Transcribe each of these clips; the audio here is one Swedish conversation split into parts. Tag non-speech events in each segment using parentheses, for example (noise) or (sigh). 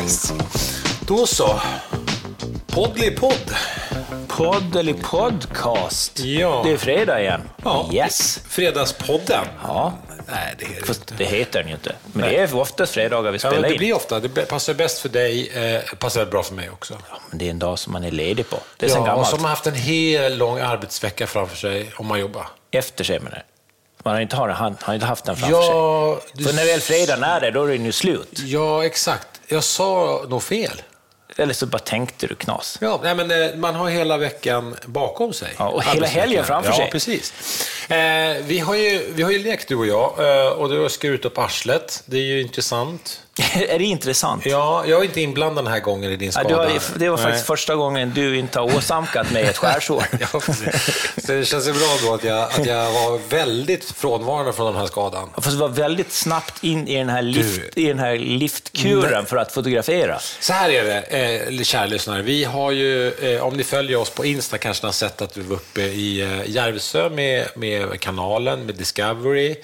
Nice. Då så. Poddelipodd. Podd eller podcast. Ja. Det är fredag igen. Ja. Yes. Fredagspodden. Ja, Nej, det är fast det heter den ju inte. Men det är oftast fredagar vi Ja, men spelar det in. blir ofta. Det passar bäst för dig, eh, passar bra för mig också. Ja, men det är en dag som man är ledig på. Det är sen Ja, och gammalt. som har haft en hel lång arbetsvecka framför sig om man jobbar. Efter sig menar jag. Man har inte, har, han, har inte haft den framför Ja, sig. du- För när väl fredagen är det, då är den ju slut. Ja, exakt. Jag sa nog fel. Eller så bara tänkte du knas. (laughs) Ja, nej, men eh, man har hela veckan bakom sig. Ja, och hela Arbetsveckan. helgen framför sig. Ja, precis. Eh, vi, har ju, vi har ju lekt du och jag eh, och du har skurit upp arslet. Det är ju intressant. är det intressant? Ja, jag är inte inblandad den här gången i din Ja, skada. du har, det var faktiskt Nej. första gången du inte har åsamkat mig ett skärsår. (laughs) Ja, precis. Så det känns ju bra då att jag, att jag var väldigt frånvarande från den här skadan. Jag får vara väldigt snabbt in i den här, lift, i den här liftkuren för att fotografera. Så här är det, eh, kära lyssnare. Vi har ju, eh, om ni följer oss på Insta kanske ni har sett att vi var uppe i eh, Järvsö med, med kanalen, med Discovery.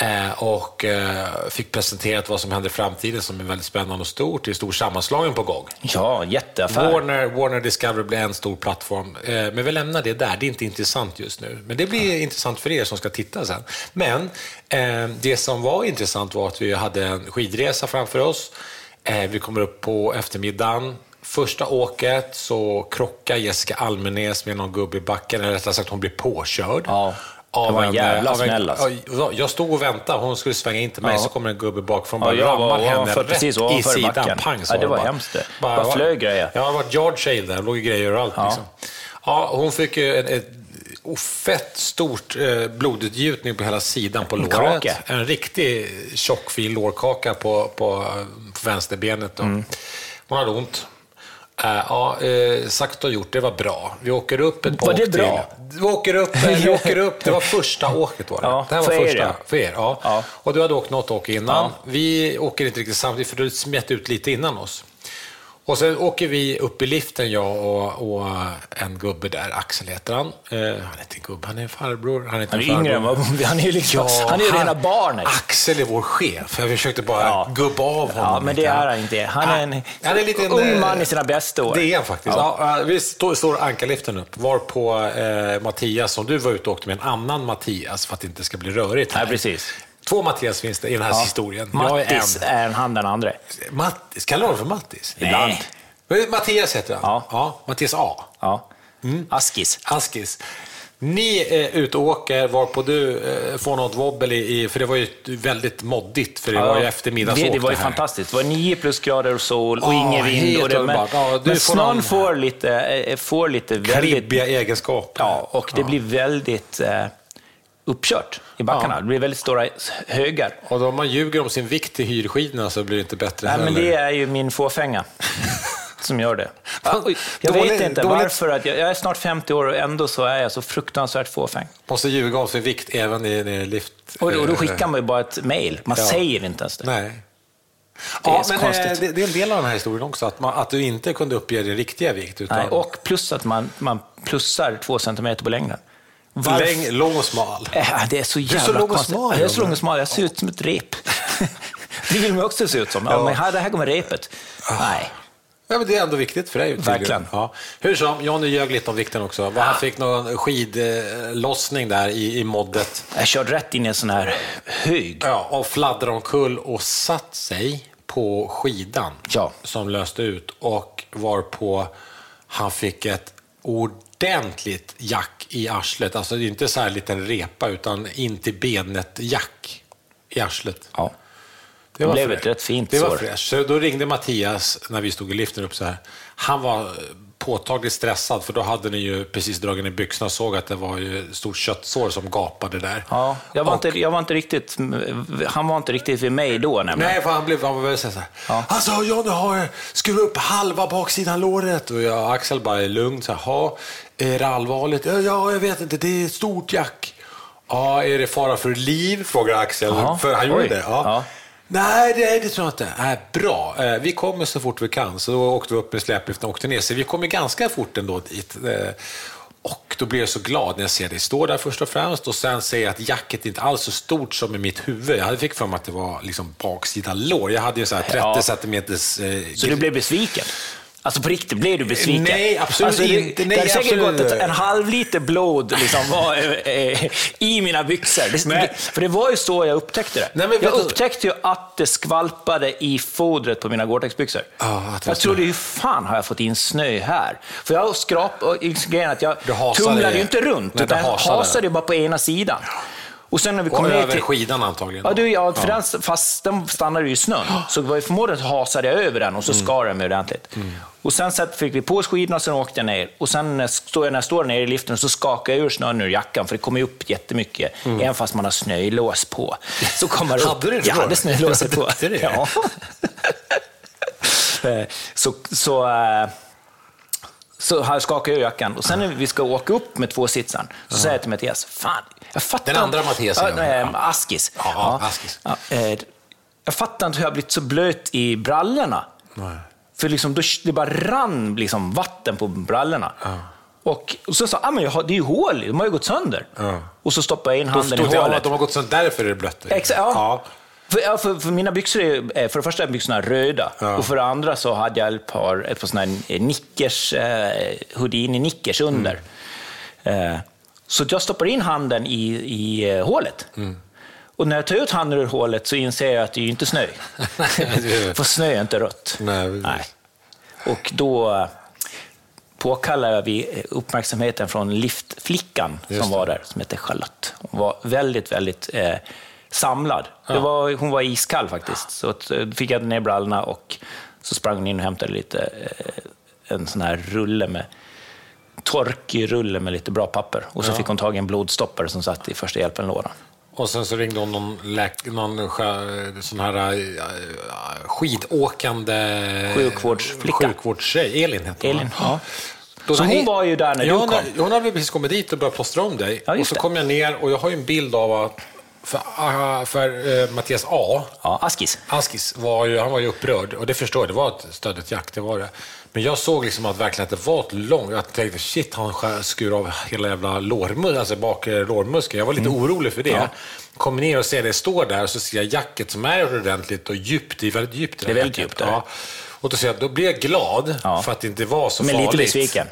Eh, och eh, fick presenterat vad som händer i framtiden som är väldigt spännande och stort. Det är en stor sammanslagning på gång. Ja, jätteaffär. Warner, Warner Discovery blir en stor plattform. Eh, Men vi lämnar det där, det är inte intressant just nu. Men det blir intressant för er som ska titta sen. Men eh, det som var intressant var att vi hade en skidresa framför oss. Eh, Vi kommer upp på eftermiddagen. Första åket så krockar Jessica Almenäs med någon gubbe i backen, eller rättare sagt hon blir påkörd. Ja, det var en jävla av en- smäll, alltså. ja, Jag stod och väntade, hon skulle svänga in till mig, Ja. så kommer en gubbe bakifrån Ja, bara jag var rammar henne ovanför- rätt precis i ovanför sidan. backen. Pang, sa Ja, det hon var bara. hemskt det. Bara flög grejer. Ja, det har varit yard sale där. Det låg ju grejer överallt. Ja. Liksom. Ja, hon fick ju en, ett fett stort eh, blodutgjutning på hela sidan på låret. kaka. En riktig tjockfil lårkaka på, på, eh, på vänsterbenet. Då. Mm. Hon hade ont. Eh, Ja, eh, sagt och gjort, det var bra. Vi åker upp ett par Var det åk till. bra? Vi åker upp, eh, (laughs) vi åker upp. Det var första åket var det. Ja, det här var för er, första. ja. För er, ja. Ja. Och du hade åkt något åk innan. Vi åker inte riktigt samtidigt, för du smet ut lite innan oss. Och sen åker vi upp i liften, jag och, och en gubbe där, Axel heter han. Eh, han är inte en gubbe, han är en farbror. Han är, inte Han är en farbror. yngre än vad (laughs) han är ju liksom, Ja, han är ju rena han- barnet. Axel är vår chef. Jag försökte bara Ja. gubba av honom. Ja, men det lite. är han inte. Han är en han är lite en, ung eh, man i sina bästa år. Det är han faktiskt. Ja. vi står, står ankarliften upp, var på eh, Mattias, som du var ute och åkte med en annan Mattias för att det inte ska bli rörigt. här. Ja, precis. Två Mattias finns det i den här historien. Jag är Mattis är en, han den andra. en. Mattis, kallar du honom för Mattis? Nej. Ibland. Men Mattias heter han. Ja. Mattias A. Ja. Mm. Askis. Askis. Ni är ute och åker, varpå du eh, får något wobbel i, i- för det var ju ett väldigt moddigt, för det var ju eftermiddagsåk. Det, det var ju här. fantastiskt. Det var 9 plusgrader och sol Ja, och ingen vind. helt Och det, men underbart. Ja, du men får snön någon- får lite, eh, får lite väldigt... Klibbiga egenskaper. Ja, och det blir väldigt eh, uppkört i backarna. Det blir väldigt stora högar. Och då om man ljuger om sin vikt i hyrskidorna så blir det inte bättre Nej, men heller. det är ju min fåfänga (laughs) som gör det. Ja, oj, Jag dåligt- vet inte dåligt- varför. Att jag, jag är snart 50 år och ändå så är jag så fruktansvärt fåfäng. Måste ljuga om sin vikt även i, i lift. Och, och då skickar man ju bara ett mejl. Man Ja. säger inte ens det. Nej. Det ja, är så men konstigt. eh, det, det är en del av den här historien också, att, man, att du inte kunde uppge din riktiga vikt. Utan Nej, och plus att man, man plussar två centimeter på längden. Varför- läng, lång och smal. Äh, det är så jävla så lång och konstigt. smal, Jag är så Jonny. lång och smal. Jag ser ut som ett rep. (laughs) det vill man också se ut som. Ja, Ah. Men här, det här kommer repet. Nej. Ja, men det är ändå viktigt för dig. tydligen. Verkligen. Ja. Hur som, Johnny ljög lite om vikten också. Vad Han fick någon skidlossning där i, i moddet. Jag körde rätt in i en sån här hög. Ja, och fladdrade omkull och satt sig på skidan Ja. som löste ut och var på han fick ett ordentligt jack i arslet. Alltså det är inte så här liten repa utan in till benet jack i arslet. Ja. Det blev ett rätt fint Det sår. var fräscht. Så då ringde Mattias när vi stod i liften upp så här. Han var eh, påtagligt stressad för då hade ni ju precis dragit ner byxorna och såg att det var ju ett stort köttsår som gapade där. Ja, jag var, Och- inte, jag var inte riktigt... Han var inte riktigt vid mig då nämligen. Nej, för han blev, han var väl så här. Alltså, Johnny har skurit upp halva baksidan låret. Och jag, Axel bara är lugn. Så här, "Ha, är det allvarligt? Ja, ja, jag vet inte. Det är ett stort jack. Ja, är det fara för liv? Frågar Axel. Jaha, För han gjorde oj. det. Ja. Ja. Nej, det, det tror jag inte. Nej, bra. Eh, vi kommer så fort vi kan. Så då åkte vi upp med släpliften Äh, och åkte ner. Så vi kommer ganska fort ändå dit. Eh, och då blir jag så glad när jag ser dig stå där först och främst och sen ser jag att jacket inte alls är så stort som i mitt huvud. Jag hade fick för mig att det var liksom baksida lår. Jag hade ju så här 30 Ja. centimeters... Eh, Så du blev besviken? Alltså på riktigt, blev du besviken? Nej, absolut alltså, det- inte. Nej, det hade säkert absolut gått ett, inte. en halv liter blod liksom, (laughs) var, eh, eh, i mina byxor. Det, Nej. För det var ju så jag upptäckte det. Nej, men jag vet du- upptäckte ju att det skvalpade i fodret på mina Gore-Tex-byxor. Ja, Ah, att det var jag trodde, hur fan har jag fått in snö här? För jag skrap och grejen är att jag Du hasade tumlade det. ju inte runt, Nej, du utan jag hasade. hasade ju bara på ena sidan. Och sen när vi kom och ner över till... skidan antagligen. Ja, du, ja, för Den, fast den stannade ju (gasps) i snön. Så det var ju förmodligen hasade jag över den och så Mm. skar den mig ordentligt. Och sen så fick vi på oss skidorna och sen åkte jag ner. Och sen när jag står- när jag står nere i liften så skakar jag ur snön ur jackan, för det kommer ju upp jättemycket. Även fast man har snölås på. Så kommer det upp. Mm. Hade du det Jag då? hade snölåset (laughs) på. Hade du det? Ja. Eh, så, så, eh, så här skakar jag ur jackan. Och sen när vi ska åka upp med två sitsen så säger jag till Mattias, fan, jag fattar Den andra inte- Mattias, Ja, ja. nej, Askis. Ja, ja, Askis. Ja, eh, jag fattar inte hur jag har blivit så blöt i brallorna. Nej. För liksom, då, det bara rann liksom vatten på brallorna. Och, och så sa jag, ah, men jag har, det är ju hål, i, de har ju gått sönder. Ja. Och så stoppade jag in Då handen i förstod jag hålet. att de har gått sönder, därför är det blött. Exakt, ja. För, ja, för, för mina byxor är, ju- eh, för det första är byxorna röda Ja. och för det andra så hade jag ett par, ett par sådana här nickers, eh, houdini-nickers under. Eh, så att jag stoppar in handen i, i eh, hålet. Och när jag tar ut handen ur hålet så inser jag att det är ju inte snö. det är- (laughs) för snö är inte rött. Nej, precis. Och då eh, påkallar vi eh, uppmärksamheten från liftflickan Just som var där, som hette Charlotte. Hon var väldigt, väldigt eh, samlad. Det var, hon var iskall faktiskt. Så att, eh, då fick jag ner brallorna och så sprang hon in och hämtade lite, eh, en sån här rulle med torkig rulle med lite bra papper. Och så fick hon tag i en blodstoppare som satt i första hjälpen-lådan. Och sen så ringde hon någon, läk- någon sjö- sån här äh, skidåkande Sjukvårdsflicka. sjukvårdstjej. Elin hette hon. Elin, va? ja. Då Så när hon E- var ju där när ja, du kom? Hon, hon hade precis kommit dit och börjat plåstra om dig. Ja, just och så det. kom jag ner och jag har ju en bild av att för, ah, för eh, Mattias A, Ja, Askis. Askis, var ju, han var ju upprörd och det förstår jag, det var ett stödet jack, det var det. Men jag såg liksom att verkligen att det var ett långt, jag tänkte shit han skär- skur av hela jävla lårmuskeln, alltså bakre lårmuskeln. Jag var lite orolig för det. Mm. Ja. Kommer ner och ser det stå där och så ser jag jacket som är ordentligt och djupt, det är väldigt djupt. Det är där väldigt jacket. djupt där. Ja. Och då, ser jag, då blir jag glad Ja. för att det inte var så Men lite farligt. besviken.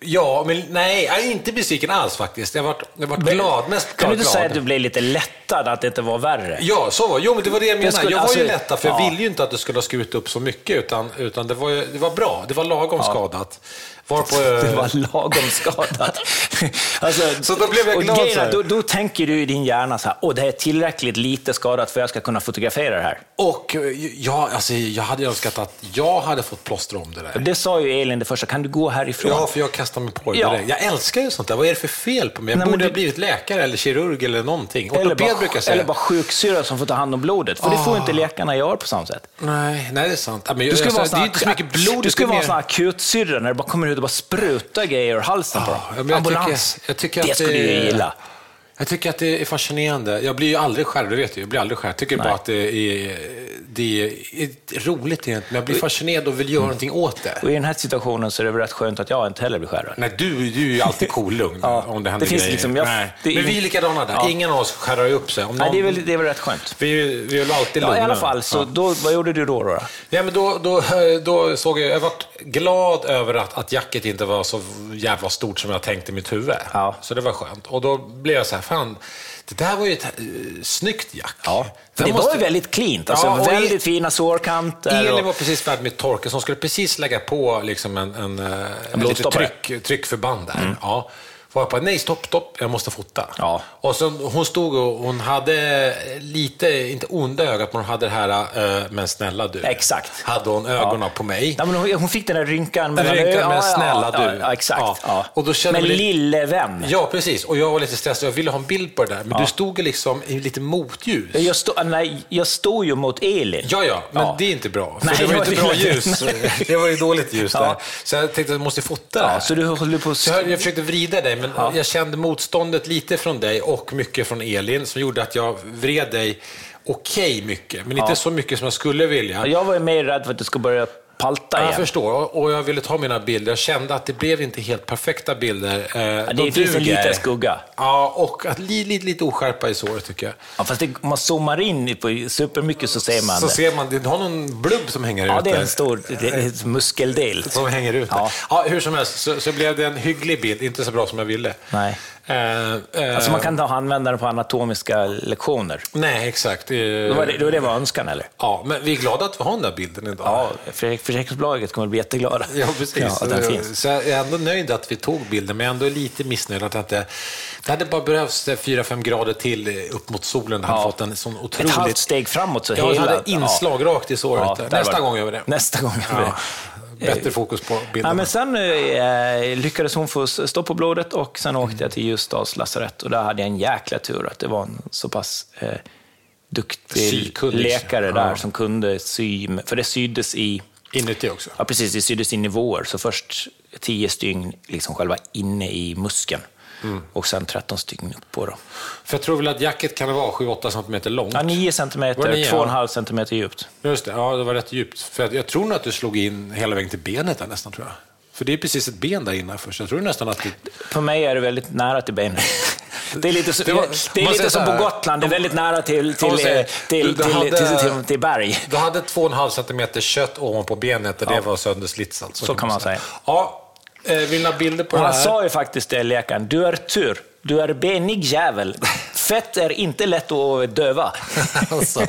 Ja, men nej, jag är inte besviken alls faktiskt. Jag har varit, jag har varit glad, mest glad. Kan du inte glad. säga att du blev lite lättad att det inte var värre? Ja, så var Jo, men det var det jag menade. skulle- jag var ju alltså- lättad, för jag ja. ville ju inte att du skulle ha skurit upp så mycket, utan, utan det, var ju, det var bra. Det var lagom skadat. Varpå, (laughs) Det var (laughs) lagom skadat. Alltså, Så då blev jag och glad grejen så här. är, då, då tänker du i din hjärna så här, åh, det här är tillräckligt lite skadat för att jag ska kunna fotografera det här. Och eh, ja, alltså, jag hade ju önskat att jag hade fått plåstra om det där. Det sa ju Elin det första, kan du gå härifrån? Ja, för jag kastade mig på det Ja. direkt. Jag älskar ju sånt där. Vad är det för fel på mig? Jag Nej, men borde du- ha blivit läkare eller kirurg eller någonting. eller, Ortoped brukar bara, jag säga. Ah. eller bara sjuksyra som får ta hand om blodet, för det får ju inte läkarna göra på samma sätt. Eh, Nej, nej, det är sant. Ja, men jag, Du alltså, skulle vara det är sån ju inte så mycket blod. du skulle det är vara mer- sån här akutsyrra när det bara kommer ut och bara sprutar grejer ur halsen på dem. Ah, Ja, men jag Ambulans. Tycker, jag tycker det att skulle du ju gilla. Jag tycker att det är fascinerande. Jag blir ju aldrig skärrad, det vet du. Jag blir aldrig skärrad. Jag tycker bara att det är, det är roligt egentligen. Men jag blir fascinerad och vill göra någonting åt det. Och i den här situationen så är det väl rätt skönt att jag inte heller blir skärrad. Nej, du, du är ju alltid kolugn (laughs) Ja, om det händer det finns grejer. liksom- jag- Nej. det är Men vi är ingen- likadana där. Ja. Ingen av oss skärrar upp sig. Om någon, Nej, det är väl, det är väl rätt skönt. vi, vi är väl alltid Ja, lugna. I alla fall, så Ja. då, vad gjorde du då? då, då? Ja, men då, då, då såg jag, jag varit glad över att, att jacket inte var så jävla stort som jag tänkte i mitt huvud. Ja. Så det var skönt. Och då blev jag så här, fan, det där var ju ett eh, snyggt jack. För Där det var måste- ju väldigt cleant. Alltså, Ja, och väldigt el- fina sårkanter. Elin Och, var precis färdig med torken, så hon skulle precis lägga på liksom en, en, eh, lite blodstoppare. tryck, tryckförband där. Ja. Var jag på, nej stopp, stopp, jag måste fota. Mm. Ja. Och så hon stod och hon hade lite, inte onda ögat, men hon hade det här, eh, men snälla du. Exakt. Hade hon ögonen på mig. ja, men hon, hon fick den där rynkan mellan Rynkan ögonen. med snälla ja, du. Ja, exakt. Ja. Ja. Och då kände man men det- lille vän. Ja, precis. Och jag var lite stressad, jag ville ha en bild på det där. Men du stod ju liksom i lite motljus. Jag, stå, nej, jag står ju mot Elin. Ja, ja, men Ja. det är inte bra. För Nej, det var ju det inte var bra det (laughs) ljus. Det var ju dåligt ljus Ja. där. Så jag tänkte att jag måste fota det här. Ja, så du håller på Så jag, jag försökte vrida dig, men jag kände motståndet lite från dig och mycket från Elin som gjorde att jag vred dig okej mycket, men inte så mycket som jag skulle vilja. Jag var ju mer rädd för att du skulle börja palta Ja, igen. jag förstår. Och jag ville ta mina bilder. Jag kände att det blev inte helt perfekta bilder. Eh, Ja, de det finns en duger. liten skugga. Ja, och att li, lite, lite oskärpa i såret tycker jag. Ja, fast det, om man zoomar in på supermycket så ser man Så det. ser man, det har någon blubb som hänger Ja, ut det är där. en stor det är ett muskeldel. Som hänger ut. Ja. Ja. Ja, hur som helst så, så blev det en hygglig bild, inte så bra som jag ville. Nej. Eh, eh, Alltså man kan ta använda den på anatomiska lektioner. Nej, exakt. Eh, Då var det, då var det var önskan, eller? Ja, men vi är glada att vi har den där bilden idag. Ja, för- försäkringsbolaget kommer att bli jätteglada. Ja, precis. att den finns. så jag är ändå nöjd att vi tog bilden, men jag är ändå lite missnöjd att jag inte... Det hade bara behövts 4-5 grader till eh, upp mot solen. Det hade Ja. fått en sån Ett halvt otroligt... steg framåt så Ja, jag hela... hade inslag rakt i såret. där Nästa var det. gång gör vi det. Nästa gång gör vi Ja. det. Bättre fokus på Ja, bilden. men sen eh, lyckades hon få s- stopp på blodet och sen åkte jag till Ljusdals lasarett och där hade jag en jäkla tur att det var en så pass eh, duktig Sykunnig. läkare där Ja. som kunde sy, för det syddes i Inuti också. Ja, precis. Det syddes i nivåer. Så först 10 stygn liksom själva inne i muskeln Mm. och sen 13 stygn upp på. Då. För jag tror väl att jacket kan vara 7-8 centimeter långt. Ja, 9 cm, Var det nio, ja? 2,5 cm djupt. Just det, ja, det var rätt djupt. För jag, jag tror nog att du slog in hela vägen till benet där nästan, tror jag. För det är precis ett ben där inne först. Jag tror nästan att det... För mig är det väldigt nära (laughs) till benet. Det är lite, så, Det det var- är man säger lite som så här, på Gotland, det är väldigt nära till, till, man säger, eh, till, du- du till, till, hade- till, till, till berg. Du hade 2,5 centimeter kött ovanpå benet och det var sönderslits alltså. Så kan man säga. Ja, eh, vill ni ha bilder på det Han här? sa ju faktiskt det, läkaren. Du är tur. Du är benig jävel. Fett är inte lätt att döva. (laughs) Alltså,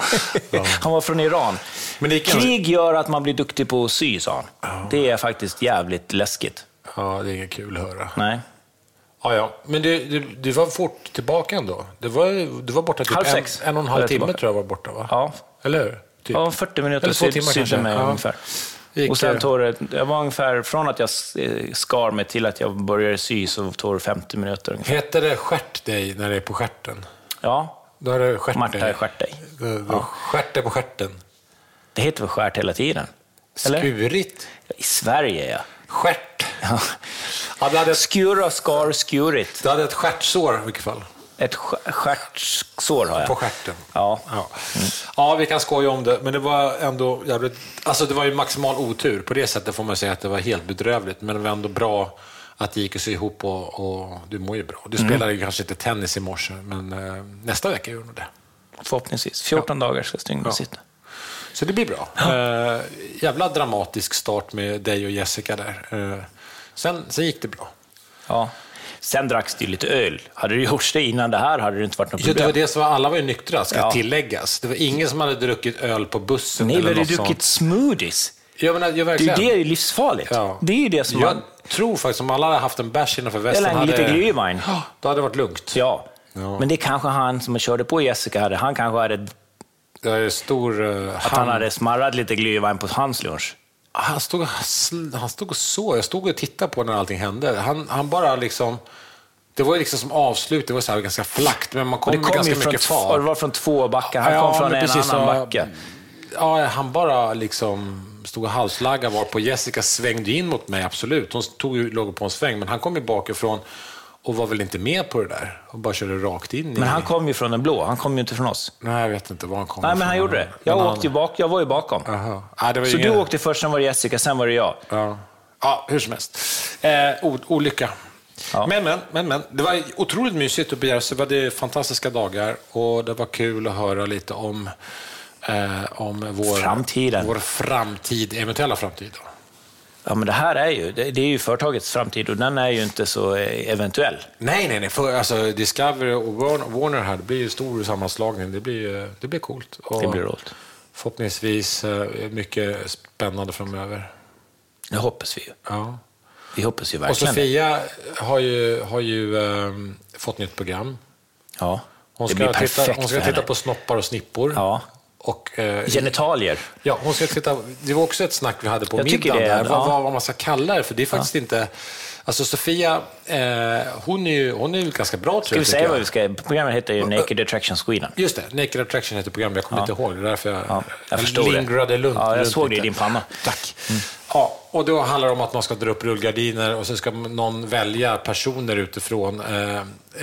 ja. Han var från Iran. Men det gick ganska- Krig gör att man blir duktig på att sy, sa han. Det är faktiskt jävligt läskigt. Ja, det är inget kul att höra. Nej. Ja, ja. Men du, du, du var fort tillbaka ändå. Du var, du var borta typ Halv en, sex. en och en Jag halv är timme tillbaka. tror jag var borta, va? Ja. Eller hur? Typ. ja, 40 Eller minuter två syd- timmar sydde kanske. mig Ja. ungefär. Gick, och eh, sen tog det, jag var ungefär, från att jag eh, skar mig till att jag började sy så tog det 50 minuter ungefär. Heter det skärt dig när det är på skärten? Ja, Då är det skärt Marta dig. är skärt dig. Då- då- Skärt dig på skärten. Det heter väl skärt hela tiden? Eller? Skurigt. I Sverige, ja. Skärt. ja. Ja, du, hade ett, Skura, skar, skurit. du hade ett stjärtsår i vilket fall. Ett sk- stjärtsår har jag. På stjärten. Ja. Ja. ja, vi kan skoja om det, men det var ändå jävligt... Alltså det var ju maximal otur. På det sättet får man säga att det var helt bedrövligt, men det var ändå bra att det gick att sy ihop och, och du mår ju bra. Du Mm. spelade ju kanske inte tennis i morse, men eh, nästa vecka gör du nog det. Förhoppningsvis. 14 dagar ska stygnet sitta. Så det blir bra. Eh, jävla dramatisk start med dig och Jessica där. Eh, sen, sen gick det bra. Ja. Sen dracks det ju lite öl. Hade du gjort det innan det här hade det inte varit något Ja, det problem. var det som var, alla var ju nyktra, ska Ja. tilläggas. Det var ingen som hade druckit öl på bussen Ni eller hade något druckit sånt. smoothies. Jag menar, jag Det är verkligen. ju det är ju livsfarligt. Ja. Det är ju det som Jag man... tror faktiskt om alla hade haft en bärs innanför västen, Eller en hade, lite glühwein. då hade det varit lugnt. Ja. Ja. Men det kanske han som körde på Jessica hade. Han kanske hade... Det är stor... eh, Att han hade smarrat lite glühwein på hans lunch. han, stod, han stod och så. Jag stod och tittade på när allting hände. Han, han bara liksom... Det var ju liksom som avslut, det var så här ganska flackt, men man kom, Och det med kom ganska ju från, mycket två, fart. och det var från två backar. Han Ja, kom från men en precis, annan ja. backe. Ja, han bara liksom stod och halslaggade varpå Jessica svängde in mot mig, absolut. Hon tog, ju- låg på en sväng, men han kom ju bakifrån och var väl inte med på det där och bara körde rakt in i... Men han kom ju från den blå. Han kom ju inte från oss. Nej, jag vet inte var han kom Nej, men ifrån. han gjorde det. Jag, Men åkte ju bak, jag var ju bakom. han... Aha. Nej, det var ju Så ingen... du åkte först, sen var det Jessica, sen var det jag. Ja, ja hur som helst. Eh, o- olycka. Ja. Men, men, men, men, det var otroligt mysigt uppe i Järvsö. Vi hade fantastiska dagar och det var kul att höra lite om, eh, om vår, Framtiden. vår framtid, eventuella framtid. Då. Ja, men det här är ju, det, det är ju företagets framtid och den är ju inte så eh, eventuell. Nej, nej, nej. För, alltså, Discovery och Warner- Warner här, det blir ju stor sammanslagning. Det blir, eh, det blir coolt. Och Det blir roligt. Förhoppningsvis eh, mycket spännande framöver. Det hoppas vi ju. Ja. Vi hoppas ju Och verkligen det. Sofia har ju, har ju eh, fått nytt program. Ja, Hon det blir ska, perfekt titta, hon ska för henne. titta på snoppar och snippor. Ja. Och, eh, Genitalier. ja, hon ska titta, det var också ett snack vi hade på Jag tycker middagen, det, där, vad, ja. vad, vad man ska kalla det. För det är faktiskt inte... Alltså Sofia, eh, hon, är ju, hon är ju ganska bra tror Ska vi jag. säga tycker vad jag. vi ska... Programmet heter ju Naked Attraction Sweden. Just det, Naked Attraction heter programmet. Jag kommer inte ihåg, det är därför jag, Ja, jag förstod det. lingrade lugnt. Ja, jag runt såg det i lite. din panna. Tack. Ja, och då handlar det om att man ska dra upp rullgardiner och sen ska någon välja personer utifrån eh,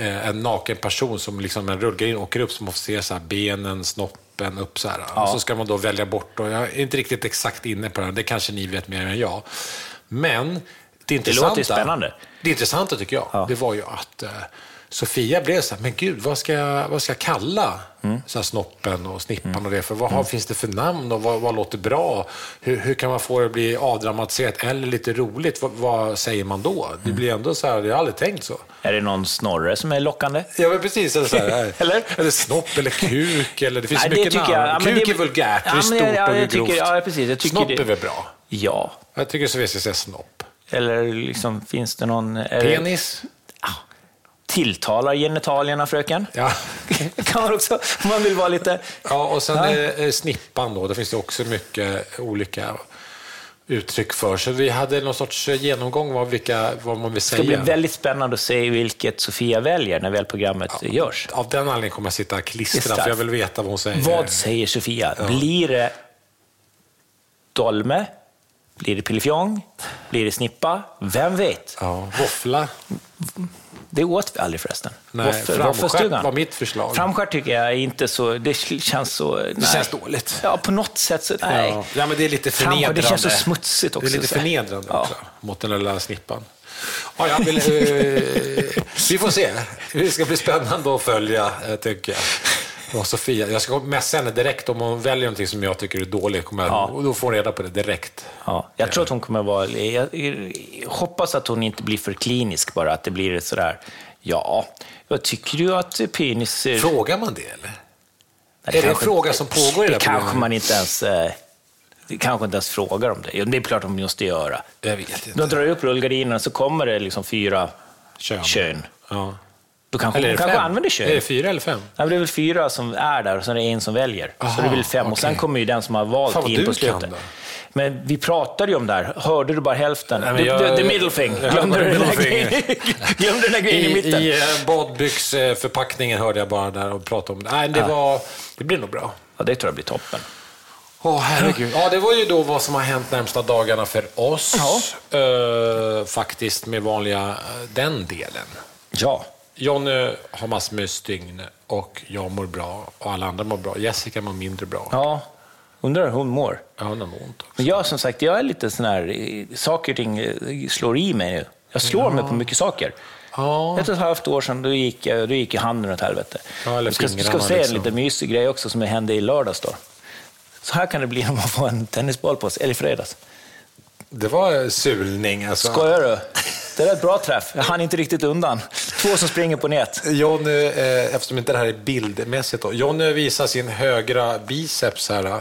eh, en naken person som liksom en rullgardin åker upp så man får se så här benen, snoppen, toppen upp så här. Och så ska man då välja bort. Och jag är inte riktigt exakt inne på det här. Det kanske ni vet mer än jag. Men det intressanta... låter ju spännande. Det intressanta tycker jag, det var ju att eh, Sofia blev så här, men gud, vad ska jag, vad ska jag kalla Mm. så här snoppen och snippan och det för? Vad har, finns det för namn och vad, vad låter bra? Hur, hur kan man få det att bli avdramatiserat eller lite roligt? Vad, vad säger man då? Mm. Det blir ändå så här, jag har aldrig tänkt så. Är det någon snorre som är lockande? Ja, men precis. Eller, så (laughs) här, Eller? eller snopp eller kuk. Eller, det finns Nej, så det mycket namn. tycker jag- ja, men kuk det- är vulgärt, ja, hur men stort jag- och hur jag tycker- grovt. ja, precis, jag tycker snopp det- är väl bra? Ja. Jag tycker så vi ska säga snopp. Eller liksom, finns det någon... är det- Penis? Tilltalar genitalierna, fröken? (laughs) Ja. kan man också, om man vill vara lite... ja, och sen Ja. eh, eh, snippan då. Det finns det också mycket olika uttryck för. Så vi hade någon sorts eh, genomgång av vilka, vad man vill Det blir säga. väldigt spännande att se vilket Sofia väljer när väl programmet görs. Av den anledningen kommer jag sitta och klistra, Exakt. för jag vill veta vad hon säger. Vad säger Sofia? Blir det dolme? Blir det pillefjong? Blir det snippa? Vem vet? Ja, våffla. Det åt vi aldrig förresten. Nej, Varför- framskärt varförstugan? var mitt förslag. Framskärt tycker jag är inte så... Det känns så... Det nej. känns dåligt. Ja, på något sätt så... Nej. Ja. ja, men det är lite Framför- förnedrande. det känns så smutsigt också, Det är lite så här. förnedrande Ja. också, mot den lilla snippan. Ja, jag vill, eh, vi får se. Det ska bli spännande att följa, eh, tänker jag. Och Sofia, jag ska messa henne direkt om hon väljer någonting som jag tycker är dåligt. Kommer jag, och Då får hon reda på det direkt. Ja, jag tror att hon kommer vara... Jag, jag hoppas att hon inte blir för klinisk bara, att det blir ett sådär... Ja, jag tycker ju att penis... är- Frågar man det eller? Nej, är det en kanske- fråga som pågår i det här Det kanske programmet? man inte ens... eh, Det kanske inte ens frågar om det. Jo, Det är klart de måste göra. Jag vet inte. De drar upp rullgardinerna så kommer det liksom fyra Kön. kön. Ja. Då kanske, Eller är de det kanske fem? använder kön. Är det fyra eller fem? Nej, men det är väl fyra som är där och sen är det en som väljer. så Aha, det är väl fem. Och sen okej. kommer ju den som har Fan, valt vad in på du kan slutet. då. Men vi pratade ju om det här. Hörde du bara hälften? Nej, men the, jag- the, the middle thing. Jag Glömde hörde du den här middle grejen (laughs) Glömde den här grejen i, mitten? I eh, badbyxförpackningen hörde jag bara där och pratade om det. Nej, det, var, det blir nog bra. Ja, det tror jag blir toppen. Åh, herregud. Ja, det var ju då vad som har hänt närmsta dagarna för oss. Eh, faktiskt med vanliga eh, den delen. Ja. Jonny har massor med stygn och jag mår bra och alla andra mår bra. Jessica mår mindre bra. Ja. Ja. Undrar hur hon mår. Hon har nog ont också. Men jag som sagt, jag är lite sån här... eh, Saker och ting eh, slår i mig nu. Jag slår mig på mycket saker. Ja. Ett och ett halvt år sedan, då gick, jag- då gick ju handen åt helvete. Ja, eller Jag ska, fingrarna, ska se liksom. en lite mysig grej också som hände i lördags. Då. Så här kan det bli (laughs) när man får en tennisboll på sig, eller i fredags. Det var eh, sulning alltså. Skojar du? Det där är ett bra träff. Jag hann inte riktigt undan. Två som springer på nät. Jonny, eh, eftersom inte det här är bildmässigt, då, Jonny visar sin högra biceps här. eh,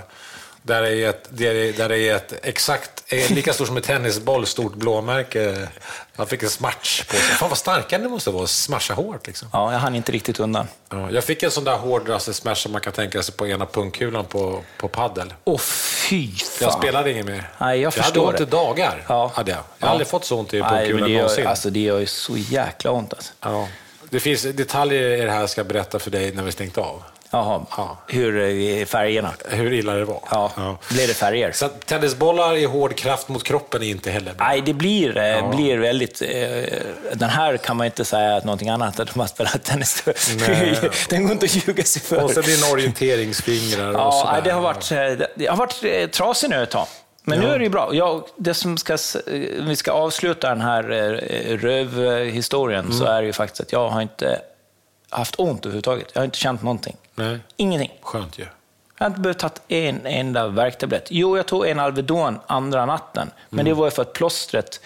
Där det är ett, där det, där det är ett exakt, eh, lika stort som en tennisboll, stort blåmärke. Han fick en smatch på sig. Fan vad starka ni måste vara, att smasha hårt liksom. Ja, jag hann inte riktigt undan. Ja, jag fick en sån där hård alltså, smash som man kan tänka sig på ena pungkulan på, på paddel. Åh, fy fan. Jag spelade ingen mer. Nej, jag hade förstår ont i det. dagar. Ja. Hade jag. jag har Ja. aldrig fått så ont i Nej, men pungkulan det gör, någonsin. alltså, det gör ju så jäkla ont. Alltså. Ja. Det finns detaljer i det här jag ska berätta för dig när vi stängt av. Jaha, Ja. hur är färgerna? Hur illa det var. Ja, blir det färger? Så att tennisbollar i hård kraft mot kroppen är inte heller bra. Nej, det blir, eh, blir väldigt... Eh, den här kan man inte säga att någonting annat än att man spelar tennis. Nej. (laughs) den går inte att ljuga sig för. Och sen dina orienteringsfingrar och ja, sådär. nej, det har varit, eh, det har varit eh, trasig nu ett tag. Men nu är det ju bra. Jag, det som ska, s- eh, vi ska avsluta den här eh, rövhistorien så Mm. är det ju faktiskt att jag har inte haft ont överhuvudtaget. Jag har inte känt någonting. Nej, Ingenting. skönt ju. Jag har inte behövt ta en enda värktablett. Jo, jag tog en Alvedon andra natten, men Mm. det var ju för att plåstret...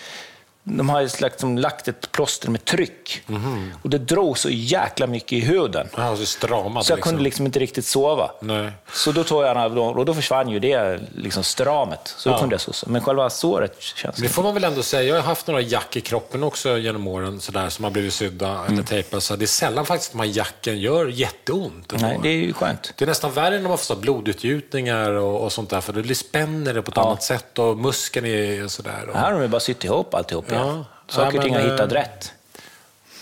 De har ju liksom lagt ett plåster med tryck Mm-hmm. och det drog så jäkla mycket i huden. Jag har så stramat Så jag liksom. kunde liksom inte riktigt sova. Nej. Så då tog jag en Alvedon och då försvann ju det liksom stramet. Så då kunde jag sova. Men själva såret känns... Det får man väl ändå säga. Jag har haft några jack i kroppen också genom åren sådär, som har blivit sydda Mm. eller tejpade. Så det är sällan faktiskt att de här jacken gör jätteont. Nej, det är ju skönt. Det är nästan värre när man får så här blodutgjutningar och, och sånt där, för det blir spänner det på ett annat sätt och muskeln är sådär. Och, Här har de ju bara sytt ihop alltihop igen. Ja. Saker Ja, och ting har men, hittat eh, rätt.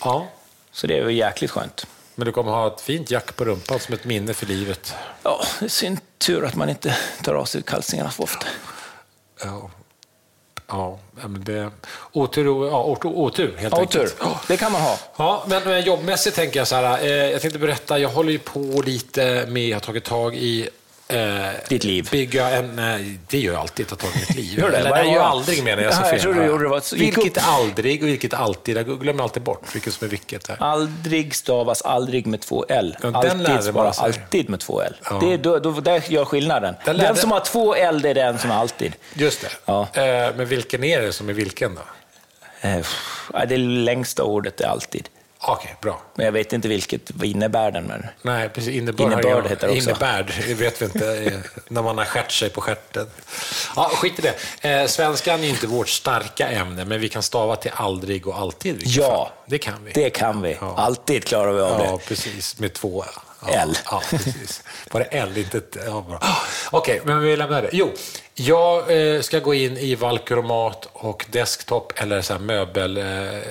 ja. Så det är ju jäkligt skönt. Men du kommer ha ett fint jack på rumpan som ett minne för livet. Ja, det är synd tur att man inte tar av sig kalsingarna för ofta. Ja. Ja, men det... Otur, ja, ot- otur helt Ja, enkelt. tur. Det kan man ha. Ja, men eh, jobbmässigt tänker jag så här. Eh, jag tänkte berätta, jag håller ju på lite med, jag har tagit tag i eh, Ditt liv. bygga en... eh, det gör jag alltid, ta tag i mitt liv. Gör det? Eller, Vad nej, är jag gör jag? aldrig menar jag. Ja, Så jag fel. tror du gjorde det var ett- Vilket aldrig och vilket alltid. Jag glömmer alltid bort vilket som är vilket. Här. Aldrig stavas aldrig med två L. Ja, den lärde man alltid svaras sig. alltid med två L. Ja. Det är då, då, där gör skillnaden. Den Den, lärde- som har två L, det är den som är alltid. Just det. Ja. Eh, men vilken är det som är vilken då? Eh, pff, ja, Det längsta ordet är alltid. Okej, bra. Men jag vet inte vilket, vad innebär den? Men... Nej, precis. Innebörd, Innebörd har jag- heter det också. Innebörd, det vet vi inte. eh, (laughs) när man har skärt sig på stjärten. Ja, skit i det. Eh, svenskan är ju inte vårt starka ämne, men vi kan stava till aldrig och alltid. i vilket Ja. fall. Det kan vi. Det kan vi. Ja. Alltid klarar vi av Ja, det. precis. Med två ja, L. Ja, precis. Var det L? Inte ett, ja, bra. Ah, Okej, men vi lämnar det. Jo, jag eh, ska gå in i valkromat och desktop, eller så här möbel eh,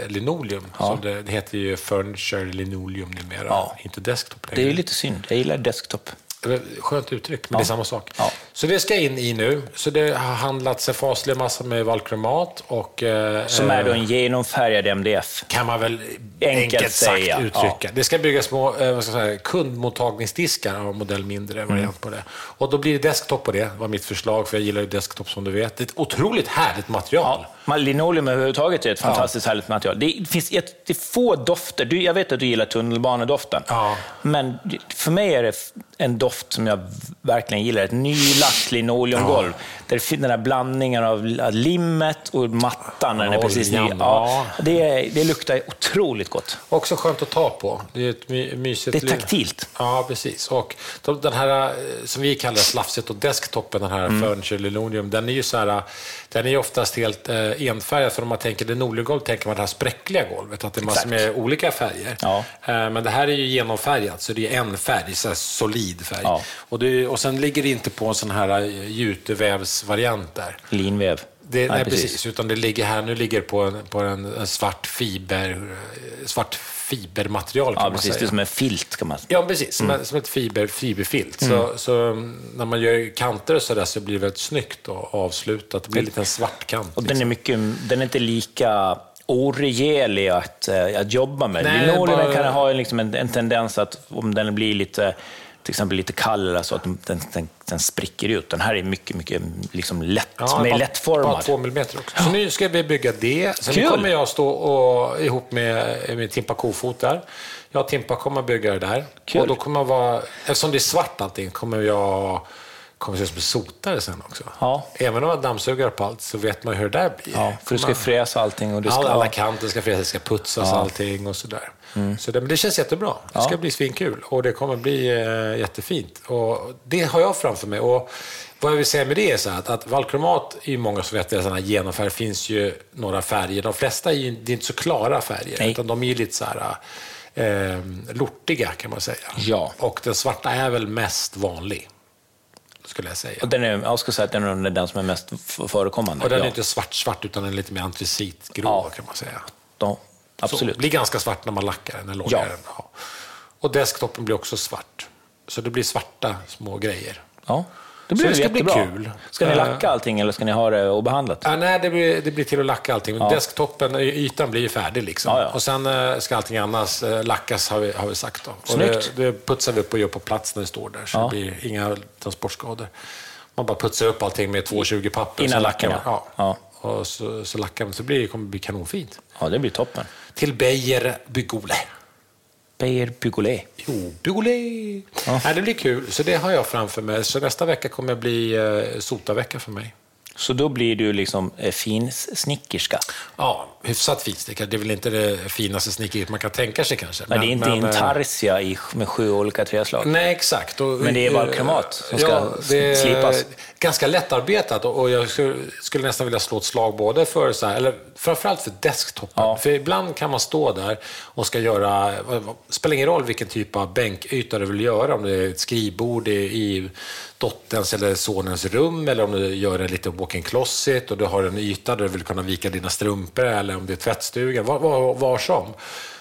linoleum. Som det, det heter ju furniture linoleum numera, Ja. inte desktop längre. Det är ju lite synd. Jag gillar desktop. Det var ett Skönt uttryck, men det är samma sak. Ja. Så det ska jag in i nu. Så det har handlat sig faslig massa med valkromat och... Eh, Som är då eh, en genomfärgad MDF. kan man väl enkelt, sagt säga, uttrycka. Det ska byggas små eh, vad ska jag säga, kundmottagningsdiskar av en modell mindre Mm. variant på det. Och då blir det desktop på det, var mitt förslag, för jag gillar ju desktop som du vet. Det är ett otroligt härligt material. Men Linoleum överhuvudtaget är ett fantastiskt härligt material. Det finns ett, det är få dofter. Du, jag vet att du gillar tunnelbanedoften. Ja. Men för mig är det f- en doft som jag verkligen gillar. Ett nylagt linoleumgolv. Där det finns den här blandningen av limmet och mattan när den är Oljan, precis ny. ja. Ja, det, är- det luktar otroligt gott. Också skönt att ta på. Det är ett my- mysigt... Det är liv. taktilt. Ja, precis. Och de- den här, eh, som vi kallar slafset och desktopen, den här Mm. Furniture Linoleum, den är ju så här, den är ju oftast helt eh, enfärgad. För om man tänker linoleumgolv tänker man det här spräckliga golvet, att det är massor Exakt. med olika färger. Ja. Eh, men det här är ju genomfärgat, så det är en färg, så här solid färg. Ja. Och, det, och sen ligger det inte på en sån här eh, jutevävsvariant där. Linväv. Det, nej, Ja, precis. Utan det ligger här, nu ligger det på en, på en, en svart, fiber, eh, svart fibermaterial kan Ja, man precis. Det är säga. som en filt kan man Ja, precis. Som, Mm. en- som ett fiber, fiberfilt. Så, så mm, när man gör kanter och sådär så blir det väldigt snyggt och avslutat. Det blir en liten svartkant. Mm. Och den är, mycket, den är inte lika oregelig att, eh, att jobba med. Nej, Linoleumen bara- kan ha en, liksom en, en tendens att om den blir lite till exempel lite kall eller så, att den, den, den, den spricker ut. Den här är mycket, mycket liksom lätt, mer bara- Bara lättformad. två millimeter också. Så nu ska vi bygga det. Sen Kul! kommer jag stå och, ihop med, med Timpa Kofot där. Jag och Timpa kommer att bygga det där. Kul. Och då kommer jag vara, eftersom det är svart allting kommer jag kommer se ut som en sotare sen också. Ja. Även om jag dammsugar på allt så vet man hur det där blir. Ja, för du ska Man- fräsa allting och du ska... Alla, alla kanter ska fräsas, ska putsas allting och sådär. Mm. Så det, men det känns jättebra. Det ska bli svinkul och det kommer bli eh, jättefint. Och det har jag framför mig. Och vad jag vill säga med det är så här att, att valkromat är ju många som vet att sådana här genomfärger finns ju några färger. De flesta är ju det är inte så klara färger, Nej. utan de är ju lite så här eh, lortiga kan man säga. Ja. Och den svarta är väl mest vanlig, skulle jag säga. Och den är, jag skulle säga att den är den som är mest f- förekommande. Och den är ja. inte svart-svart, utan den är lite mer antracitgrå Ja. kan man säga. Ja, absolut. Så, blir ganska svart när man lackar den, eller Ja. oljar den. Ja. Och desktopen blir också svart. Så det blir svarta små grejer. Ja. Det Så blir det ska bli jättebra. kul. Ska ni Eh. lacka allting eller ska ni ha det obehandlat? Ja, nej, det blir, det blir till att lacka allting. Men desktopen, y- ytan blir ju färdig liksom. Ja, ja. Och sen eh, ska allting annars eh, lackas, har vi, har vi sagt. Då. Och det, Snyggt. det putsar vi upp och gör på plats när det står där, så det blir inga transportskador. Man bara putsar upp allting med 220-papper. Innan lacken, Ja. ja. ja. Och så, så lackar man, så blir, kommer det bli kanonfint. Ja, det blir toppen. Till Beijer Bygole. Beijer Pugolé. Jo, Bugolé! Nej, det blir kul, så det har jag framför mig. Så nästa vecka kommer jag bli eh, sotavecka för mig. Så då blir du liksom eh, finsnickerska. Ja, hyfsat finstickad. Det är väl inte det finaste snickeriet man kan tänka sig kanske. Men, det är inte men, eh, intarsia i, med sju olika träslag. Nej, exakt. Och, eh, Men det är bara kromat som ska slipas. Ganska lättarbetat och och jag skulle, skulle nästan vilja slå ett slag både för, så här, eller framförallt för desktopen. För ibland kan man stå där och ska göra, vad- vad- spelar ingen roll vilken typ av bänkyta du vill göra, om det är ett skrivbord i, i dotterns eller sonens rum eller om du gör en liten walk-in closet och du har en yta där du vill kunna vika dina strumpor eller om det är tvättstugan, var, var, var som.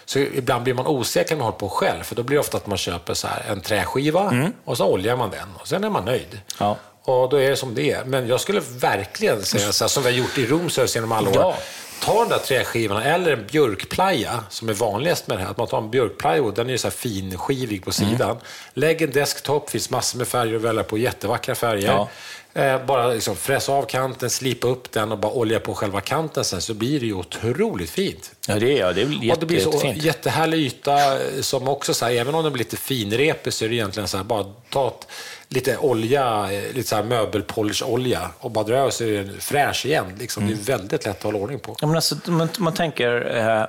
Så ibland blir man osäker när man håller på själv, för då blir det ofta att man köper så här en träskiva och så oljar man den och sen är man nöjd. Ja. Och då är det som det är. Men jag skulle verkligen säga så här, som vi har gjort i Rom så genom alla år. Ja. ta de där träskivorna eller en björkplaja, som är vanligast med det här, att man tar en björkplaja, och den är ju så här finskivig på sidan. Lägg en desktop, finns massor med färger att välja på, jättevackra färger. Eh, bara liksom fräsa av kanten, slipa upp den och bara olja på själva kanten sen, så blir det ju otroligt fint. Ja, det är jag. Det är väl Och det jätte, blir så jättefint. jättehärlig yta eh, som också, så här, även om den blir lite finrepig, så är det egentligen så här, bara ta ett, lite olja, eh, lite så här möbelpolisholja och bara dra över så är den fräsch igen. Liksom. Mm. Det är väldigt lätt att hålla ordning på. Ja, men alltså, man, man tänker, eh,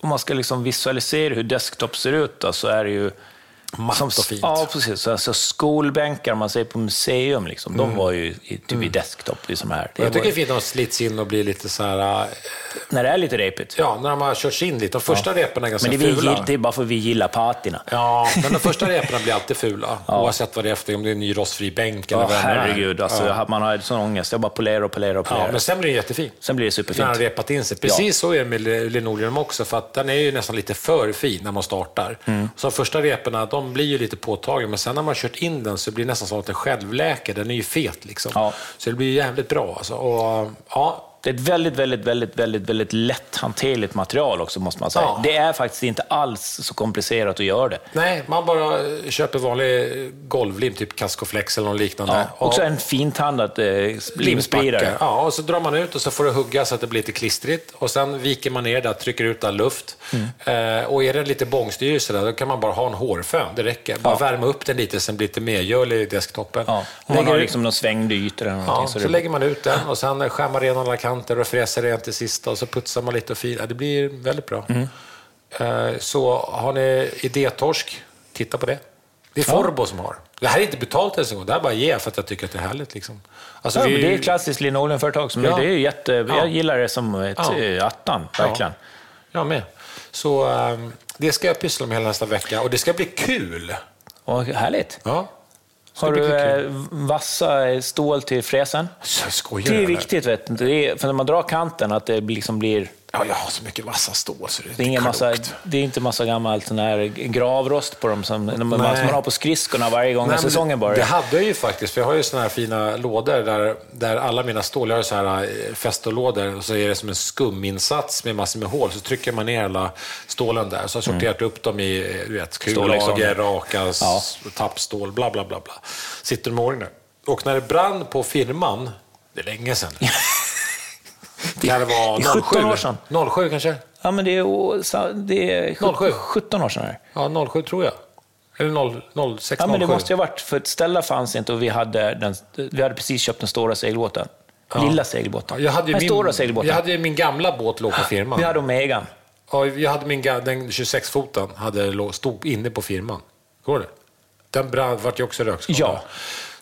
om man ska liksom visualisera hur desktop ser ut, då, så är det ju... Matt som, och fint. Ja, precis. Så, alltså, skolbänkar, om man säger på museum, liksom, de var ju i, typ i desktop. I sån här. Det Mm. Jag tycker var, det är fint när de slits in och blir lite så här, eh, när det är lite repigt. ja, när de har körts in lite. De första reporna är ganska men det, vi, fula. gill- det är bara för att vi gillar patina. Ja, men de första reporna blir alltid fula, oavsett vad det är efter, om det är en ny rostfri bänk eller Ja, vad det än är. herregud, alltså, Ja. jag hade- man har sån ångest. Jag bara polerar och polerar och Ja, polerar. men sen blir det jättefint. Sen blir det När superfint. han repat in sig. Precis så är det med li- linoleum också, för att den är ju nästan lite för fin när man startar. Mm. Så de första reporna, de blir ju lite påtagliga, men sen när man har kört in den så blir det nästan som att den självläker. Den är ju fet liksom. Ja. Så det blir ju jävligt bra alltså. Och, ja, Det är ett väldigt, väldigt, väldigt, väldigt, väldigt lätthanterligt material också, måste man säga. Ja. Det är faktiskt inte alls så komplicerat att göra det. nej, man bara köper vanlig golvlim, typ Cascoflex eller något liknande. Ja. Och- Också en finthandlad eh, Limspacka. limspridare. Ja, och så drar man ut och så får det hugga så att det blir lite klistrigt. Och sen viker man ner där, trycker ut all luft. Mm. Eh, och är det lite bångstyrig så där, då kan man bara ha en hårfön, det räcker. Bara värma upp den lite, sen blir det lite medgörlig i desktopen. Ja. Om Lägger man har ut- liksom någon svängd yta eller någonting. Ja, så, så det... lägger man ut den och sen skär man rena alla kanter och fräser rent till sista och så putsar man lite och filar. Det blir väldigt bra. Mm. Eh, Så har ni idétorsk, titta på det. Det är Forbo som har. Det här är inte betalt ens en gång, det här bara ger jag för att jag tycker att det är härligt. Liksom. Alltså, Ja, vi- men det är ett klassiskt linoleumföretag. Som Ja. det är ju jätte... Ja. Jag gillar det som ett, Ja. eh, attan, verkligen. Jag med. Så ehm, det ska jag pyssla med hela nästa vecka och det ska bli kul. Vad härligt. Ja. Har bli du kul. eh, vassa eh, stål till fräsen? Så skojar Det är jag, eller? viktigt, vet du. Det är, för när man drar kanten, att det liksom blir... Ja, jag har så mycket vassa stål så det är, Det är, inte ingen massa, klokt. det är inte massa gammalt sån här gravrost på dem som, när man, som man har på skridskorna varje gång när Nej, men säsongen börjar. Det hade jag ju faktiskt, för jag har ju såna här fina lådor där, där alla mina stål, jag har ju så här eh, festolådor och så är det som en skuminsats med massor med hål, så trycker man ner alla stålen där. Så har jag Mm. sorterat upp dem i eh, du vet, kullager, Storlekslager. raka, liksom- Ja. ja. tappstål, bla bla bla. bla. Sitter de i ordning nu. Och när det brann på firman, det är länge sedan. Kan det (laughs) det vara är 07? 17 år sedan. 07 kanske? Ja, men det är, å- sa- det är sjut- 07. 17 år sedan. här. Ja, 07 tror jag. Eller 0, 06, Ja, men det 07. måste ju ha varit, för ett ställe fanns inte och vi hade, den, vi hade precis köpt den stora segelbåten. Lilla Ja, segelbåten. Jag hade, ju den stora min, segelbåten. jag hade ju min gamla båt låg på firman. Vi hade Omegan. Ja, jag hade min ga- den 26-foten hade lå- stod inne på firman. Går det? Den brann, vart ju också rökskadad. Ja.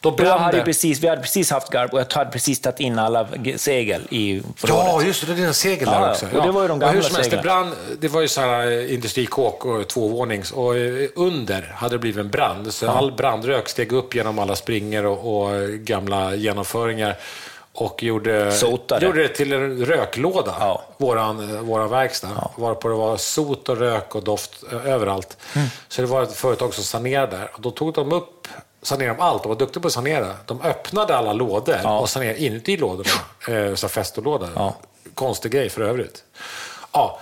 Då Och Jag brann hade ju det. precis, vi hade precis haft garb och jag hade precis tagit in alla g- segel i förrådet. Ja, just det. Det är dina segel där Ja, ja. också. Och det var ju de Men hur gamla som helst, det seglen. brann. Det var ju så här eh, industrikåk och tvåvånings och eh, under hade det blivit en brand. Så all brandrök steg upp genom alla springor och, och eh, gamla genomföringar och gjorde, Sotade. gjorde det till en röklåda, Ja. våran, eh, våran verkstad. Varpå det var sot och rök och doft eh, överallt. Mm. Så det var ett företag som sanerade där. Och då tog de upp sanerade de allt, de var duktiga på att sanera. De öppnade alla lådor och sanerade inuti lådorna, eh, så här festolådor. Ja. Konstig grej för övrigt. Ja.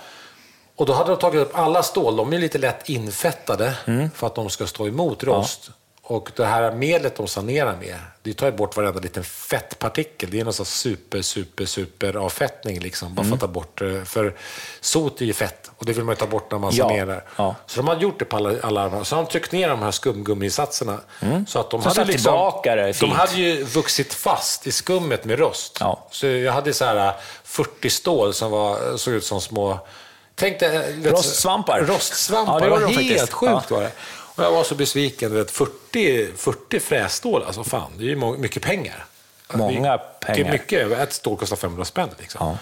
Och då hade de tagit upp alla stål. De är lite lätt infettade för att de ska stå emot rost. Och det här medlet de sanerar med, det tar ju bort varenda liten fettpartikel. Det är någon sån super, super, super avfettning liksom. Bara Mm. för att ta bort, eh, för sot är ju fett och det vill man ju ta bort när man Ja. sanerar. Ja. Så de har gjort det på alla, alla armar. Så har de tryckt ner de här skumgummiinsatserna. Så att de Mm. Så hade liksom- satt tillbaka det De fint. hade ju vuxit fast i skummet med rost. Ja. Så jag hade så här äh, 40 stål som var, äh, såg ut som små... Tänk dig, äh, vet- Rostsvampar. Rostsvampar. Ja, det det var var de helt faktiskt. sjukt. Ja. Var det. Och jag var så besviken. du Vet, 40, 40 frästål, alltså fan, det är ju må- mycket pengar. Många Det är pengar. mycket. Ett stål kostar 500 spänn. Liksom. Ja.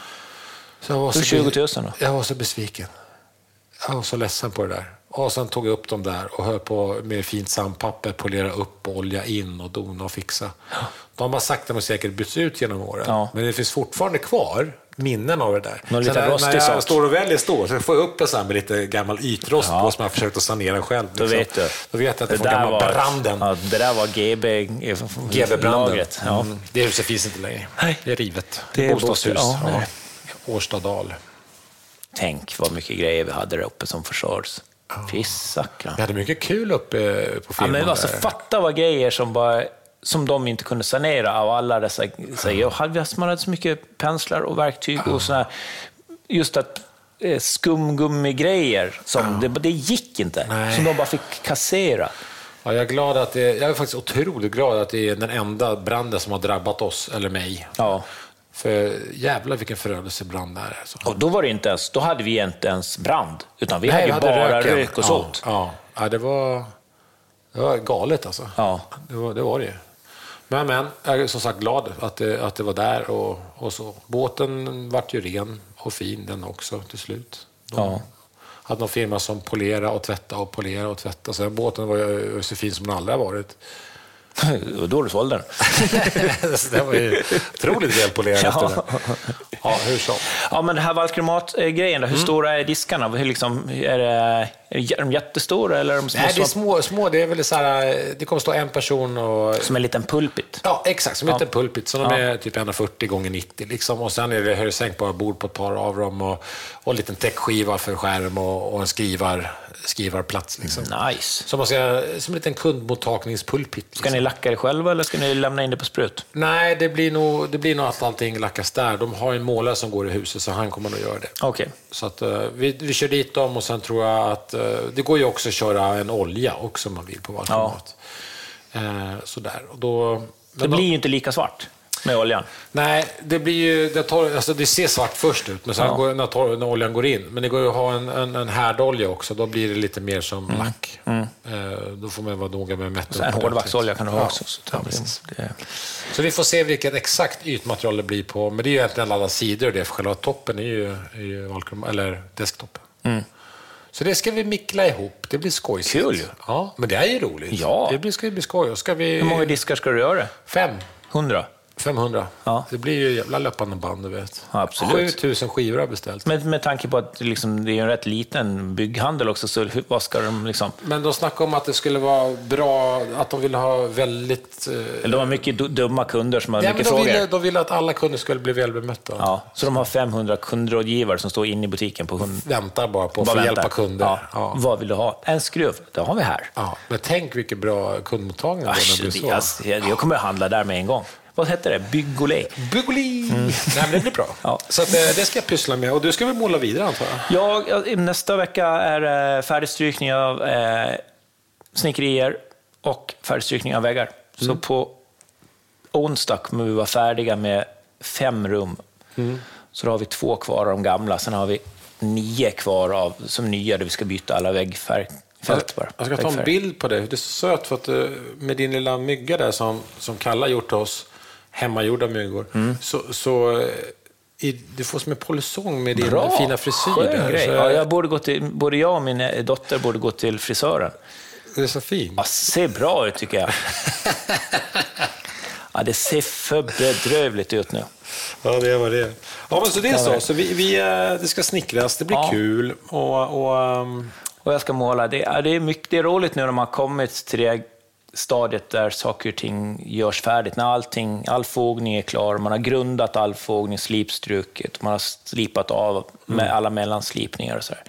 Så jag var Så be- 20 000 då? Jag var så besviken. Jag var så ledsen på det där. Och sen tog jag upp dem där och höll på med fint sandpapper, polera upp och olja in och dona och fixa. De har sakta men säkert bytts ut genom åren. Ja. Men det finns fortfarande kvar minnen av det där. Någon liten när, när rostig jag sak. står och väljer stål så får jag upp en sån här med lite gammal ytrost på som jag har försökt att sanera själv. Då liksom. vet du. Då vet jag att det var gamla branden. Ja, det där var GB... GB-branden. lagret, Ja. Mm. Det huset finns inte längre. Nej. Det är rivet. Det är Bostadshus. bostad- ja, ja. nej. Årstadal. Tänk vad mycket grejer vi hade där uppe som försörjs. Fy sackarn. Vi hade mycket kul uppe eh, på Ja, filmen. men alltså, där. fatta vad grejer som, bara, som de inte kunde sanera av alla dessa grejer. Och hade- Man hade så mycket penslar och verktyg och sådana Just att eh, skumgummigrejer, som det, det gick inte. Nej. Som de bara fick kassera. Ja, jag, är glad att det, jag är faktiskt otroligt glad att det är den enda branden som har drabbat oss, eller mig. Ja. För jävlar vilken förödelsebrand det här är. Alltså. Och då var det inte ens, då hade vi inte ens brand, utan vi Nej, hade ju bara röken. rök och ja, sot. ja. ja, det var, det var galet alltså. Ja. Det var det, var det ju. Men, men, jag är som sagt glad att det, att det var där och, och så. Båten vart ju ren och fin den också till slut. De Ja. (laughs) hade någon firma som polera och tvätta och polera och tvätta. Så den båten var ju eh, så fin som den aldrig har (laughs) varit. Och då du sålde den. så den var ju otroligt välpolerad efter Ja. det. Ja, hur som. Ja, men det här valkromat-grejen, hur Mm. stora är diskarna? Hur liksom, är, det, är de jättestora eller är de små? Nej, det är som- små, små. Det är väl så här, eh, det kommer stå en person och Som en liten pulpit. Ja, exakt. Som heter pulpit. Så de är typ 140 gånger 90 liksom. Och sen är det högsänkbara bord på ett par av dem och, och en liten täckskiva för skärm och, och en skrivar, skrivarplats liksom. Nice. Som, man ska, som en liten kundmottagningspulpit. Liksom. Ska ni lacka det själva eller ska ni lämna in det på sprut? Nej, det blir, nog, det blir nog att allting lackas där. De har ju en målare som går i huset så han kommer nog göra det. Okej. Så att, eh, vi, vi kör dit dem och sen tror jag att eh, det går ju också att köra en olja också om man vill på valformat. Eh, sådär. Och då, Det men då- blir ju inte lika svart med oljan. Nej, det blir ju... Det, tar, alltså det ser svart först ut, men sen går, när, tor- när oljan går in. Men det går ju att ha en, en, en härdolja också, då blir det lite mer som Mm. lack. Eh, då får man vara noga med att mätta En upp ordentligt. hårdvaxolja kan du ha Ja, också. Så ja, det- precis. det- Så vi får se vilket exakt ytmaterial det blir på, men det är ju egentligen alla sidor och det, för själva toppen är ju, är ju valkrom, eller desktopen. Så det ska vi mickla ihop, det blir skojsigt. Mm. Kul ju. Ja, men det är ju roligt. Ja. Det blir, ska ju bli skoj. Och Ska vi... Hur många diskar ska du göra? Fem. Hundra? 500. Ja. Det blir ju jävla löpande band, du vet. Ja, absolut. 7000 skivor har jag beställt. Med, med tanke på att det liksom, det är en rätt liten bygghandel också, så hur, vad ska de liksom... Men de snackade om att det skulle vara bra, att de ville ha väldigt... Eh, Eller de har mycket du- dumma kunder som har ja, men mycket de, frågor. ville, de ville att alla kunder skulle bli välbemötta. Ja, så de har 500 kundrådgivare som står inne i butiken på hund... Väntar bara på att Bara få väntar. hjälpa kunder. Ja. Ja. Vad vill du ha? En skruv? Det har vi här. Ja, Men tänk vilken bra kundmottagning det Asch, blir så. Tobias, jag, jag kommer att handla där med en gång. Vad hette det? Bygg och lek? Bugoli! Nej, men det blir bra. Mm. Ja. Så att, eh, det ska jag pyssla med. Och du ska väl måla vidare, antar jag? Jag, jag- nästa vecka är det färdigstrykning av eh, snickerier och färdigstrykning av väggar. Mm. Så på onsdag kommer vi vara färdiga med fem rum. Mm. Så då har vi två kvar av de gamla. Sen har vi nio kvar av, som nya där vi ska byta alla väggfält. Bara. Jag ska ta en Väggfärg. bild på dig. Det är så söt för att eh, med din lilla mygga där som, som Kalla gjort till oss, hemmagjorda myggor, Mm. så, så eh, i, du får som en polisong med din Bra! fina frisyr. Skön där. grej. Så, Ja, jag borde, gå till, både jag och min eh, dotter borde gå till frisören. Det är så fin. Ja, ser bra ut (laughs) tycker jag. Ja, det ser för bedrövligt ut nu. Ja, det var det. Ja, men så det är så. så vi, vi, eh, det ska snickras, det blir Ja. kul. Och, och, ehm, Och jag ska måla. Det är, det är, mycket, det är roligt nu när man har kommit till det stadiet där saker och ting görs färdigt. När allting, all fogning är klar, man har grundat all fogning, slipstruket, man har slipat av med alla mellanslipningar och sådär.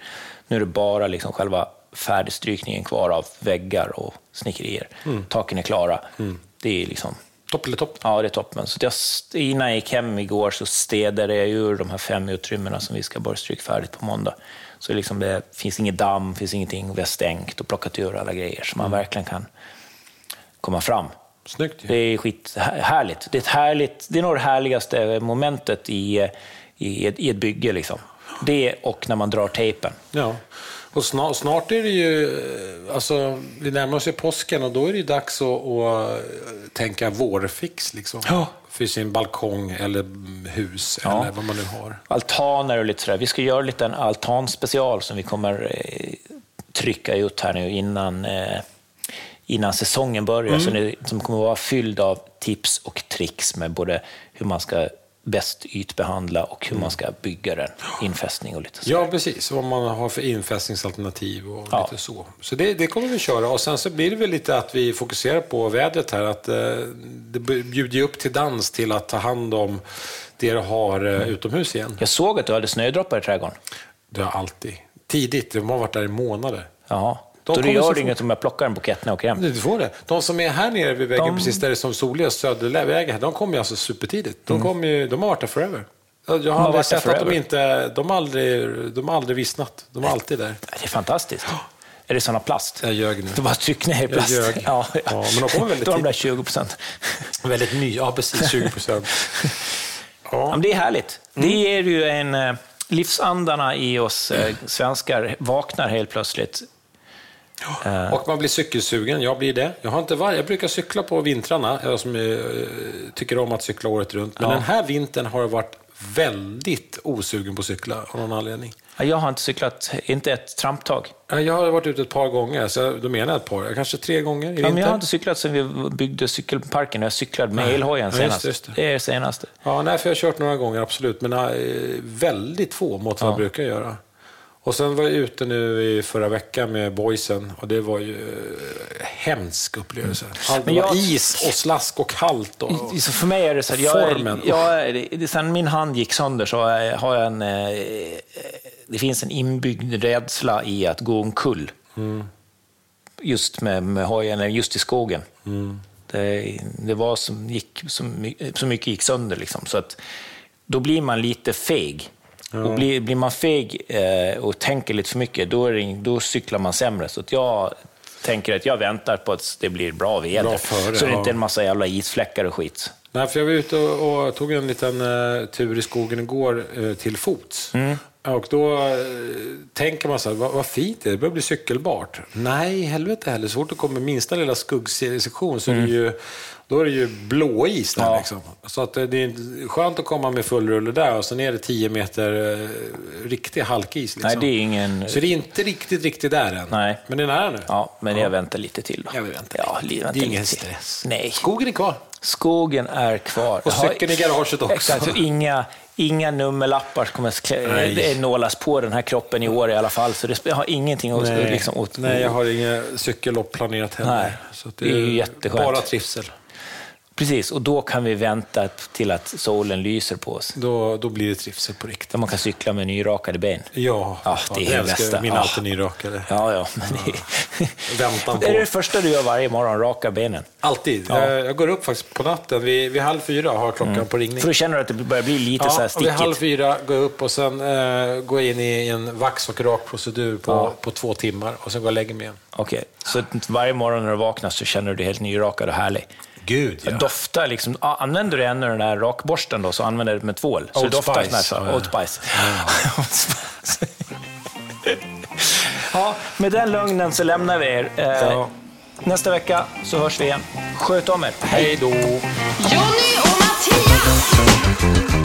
Nu är det bara liksom själva färdigstrykningen kvar av väggar och snickerier. Taken är klara. Det är liksom... topp eller topp. Ja, det är toppen. Så att jag, innan jag gick hem igår så städade jag ur de här fem utrymmena som vi ska bara stryka färdigt på måndag. Så liksom det finns inget damm, finns ingenting. Vi har stängt och plockat ur alla grejer så Mm. man verkligen kan komma fram. Snyggt Det ju. är skithärligt. Det är, ett härligt, det är nog det härligaste momentet i, eh, i, ett, i ett bygge. Liksom. Det och när man drar tejpen. Ja. Och snart, snart är det ju, eh, alltså, vi närmar oss ju påsken och då är det ju dags att, att tänka vårfix liksom. Ja. För sin balkong eller mm, hus Ja. eller vad man nu har. altaner och lite sådär. Vi ska göra en liten altanspecial som vi kommer eh, trycka ut här nu innan, eh, innan Mm. säsongen börjar. Så ni, som kommer vara fylld av tips och tricks med både hur man ska bäst ytbehandla och hur man ska bygga den, infästning och lite så. Mm. Ja, precis. Vad man har för infästningsalternativ och Ja. lite så. Så det, det kommer vi köra. Och sen så blir det väl lite att vi fokuserar på vädret här. Att eh, det bjuder ju upp till dans till att ta hand om det du har eh, utomhus igen. Jag såg att du hade snödroppar i trädgården. Det har alltid. Tidigt. De har varit där i månader. Jaha. De Då det kommer så gör fort. det inget om jag plockar en bukett när jag åker hem. Du får det. De som är här nere vid vägen, precis där det är som soligast, Södervägen, här, de kommer ju alltså supertidigt. Mm. De, kommer ju, de har varit där forever. Jag har varit där aldrig sett att de forever. inte... De har aldrig, de har aldrig vissnat. De är alltid där. Det (gasps) är fantastiskt. Är det sådana plast? Jag ljög nu. Du bara tryck ner i plast. ljög. (laughs) Ja, Ja, men de kommer väldigt Då är de där tidigt. 20 procent. Väldigt ny, ja (laughs) precis, 20 procent. Ja, men det är härligt. Mm. Det ger ju en... eh, Livsandarna i oss eh, svenskar vaknar helt plötsligt. Eh. Och man blir cykelsugen, jag blir det. Jag, har inte var- jag brukar cykla på vintrarna, jag som eh, tycker om att cykla året runt. Men den här vintern har jag varit väldigt osugen på att cykla av någon anledning. Ja, Jag har inte cyklat, inte ett tramptag. Ja, Jag har varit ute ett par gånger, så jag, då menar jag ett par, kanske tre gånger i Ja, vinter. men jag har inte cyklat sedan vi byggde cykelparken. Jag cyklade med Nej. elhojen Ja, just det, senast. just det. det är det senaste. Ja, nej, för jag har kört några gånger, absolut. Men eh, väldigt få mot vad jag brukar göra. Och sen var jag ute nu i förra veckan med boysen och det var ju eh, hemsk upplevelse. Allt Mm. Men var jag- is och slask och kallt. Och, och, Så för mig är det så här, jag, Formen. jag, det är sen min hand gick sönder så har jag- har jag en... eh, Det finns en inbyggd rädsla i att gå omkull. Just med, med hojen, eller just i skogen. Det, det var som, gick, som, my- så mycket gick sönder liksom. Så att, då blir man lite feg. Och blir, blir man feg eh, och tänker lite för mycket, då, är det, ing- då cyklar man sämre. Så att jag tänker att jag väntar på att det blir bra väder. Bra före, så det är ja. inte en massa jävla isfläckar och skit. Nej, för jag var ute och, och tog en liten eh, tur i skogen igår eh, till fots. Mm. Och då eh, tänker man så här, vad, vad fint det är, det börjar bli cykelbart. Nej, helvete heller. Så fort det kommer minsta lilla skuggsektion så Mm. är det ju, då är det ju blåis där. Liksom. Så att eh, det är inte- skönt att komma med full rulle där och sen är det 10 meter eh, riktig halkis. Liksom. Nej, det är ingen... Så det är inte riktigt, riktigt där än. Nej. Men det är nära nu. Ja, men jag väntar lite till då. Jag vill vänta ja, lite. li- vänta Det är ingen lite till. stress. Nej, Skogen är kvar. skogen är kvar. Och Jag har- cykeln i garaget också. Exakt, och inga, inga nummerlappar kommer att klä, eh, Nej. det nålas på den här kroppen i år i alla fall, så det, sp- jag har ingenting att... Nej, liksom, åt, nej jag har inga cykellopp planerat heller. Nej, Så att det är ju jätteskönt. Bara trivsel. Precis, och då kan vi vänta till att solen lyser på oss. Då, då blir det trivsel på riktigt. Där man kan cykla med nyrakade ben. Ja, Ja, det är jag älskar bästa. mina Ja. alltid nyrakade. Ja, ja. Men det, (laughs) Väntan Det är på. det första du gör varje morgon, raka benen. Alltid. Eh, Jag, jag går upp faktiskt på natten. Vid, vid halv fyra har klockan på ringning. För då känner du att det börjar bli Mm. lite så här Ja, vid stickigt. halv fyra går jag upp och sen eh, går jag in i en vax och rakprocedur på, på två timmar och sen går jag och lägger mig igen. Okej, så att varje morgon när du vaknar så känner du dig helt nyrakad och härlig. Gud, ja. Doftar liksom, ah, använder du ännu den där rakborsten då, så använder du det med tvål. Så Old det doftar Spice. sån här, Ja. Old Spice. (laughs) Old Spice. ja, med den lögnen så lämnar vi er. Eh, Ja. Nästa vecka så hörs vi igen. Sköt om er. Hej då! Johnny och Mattias!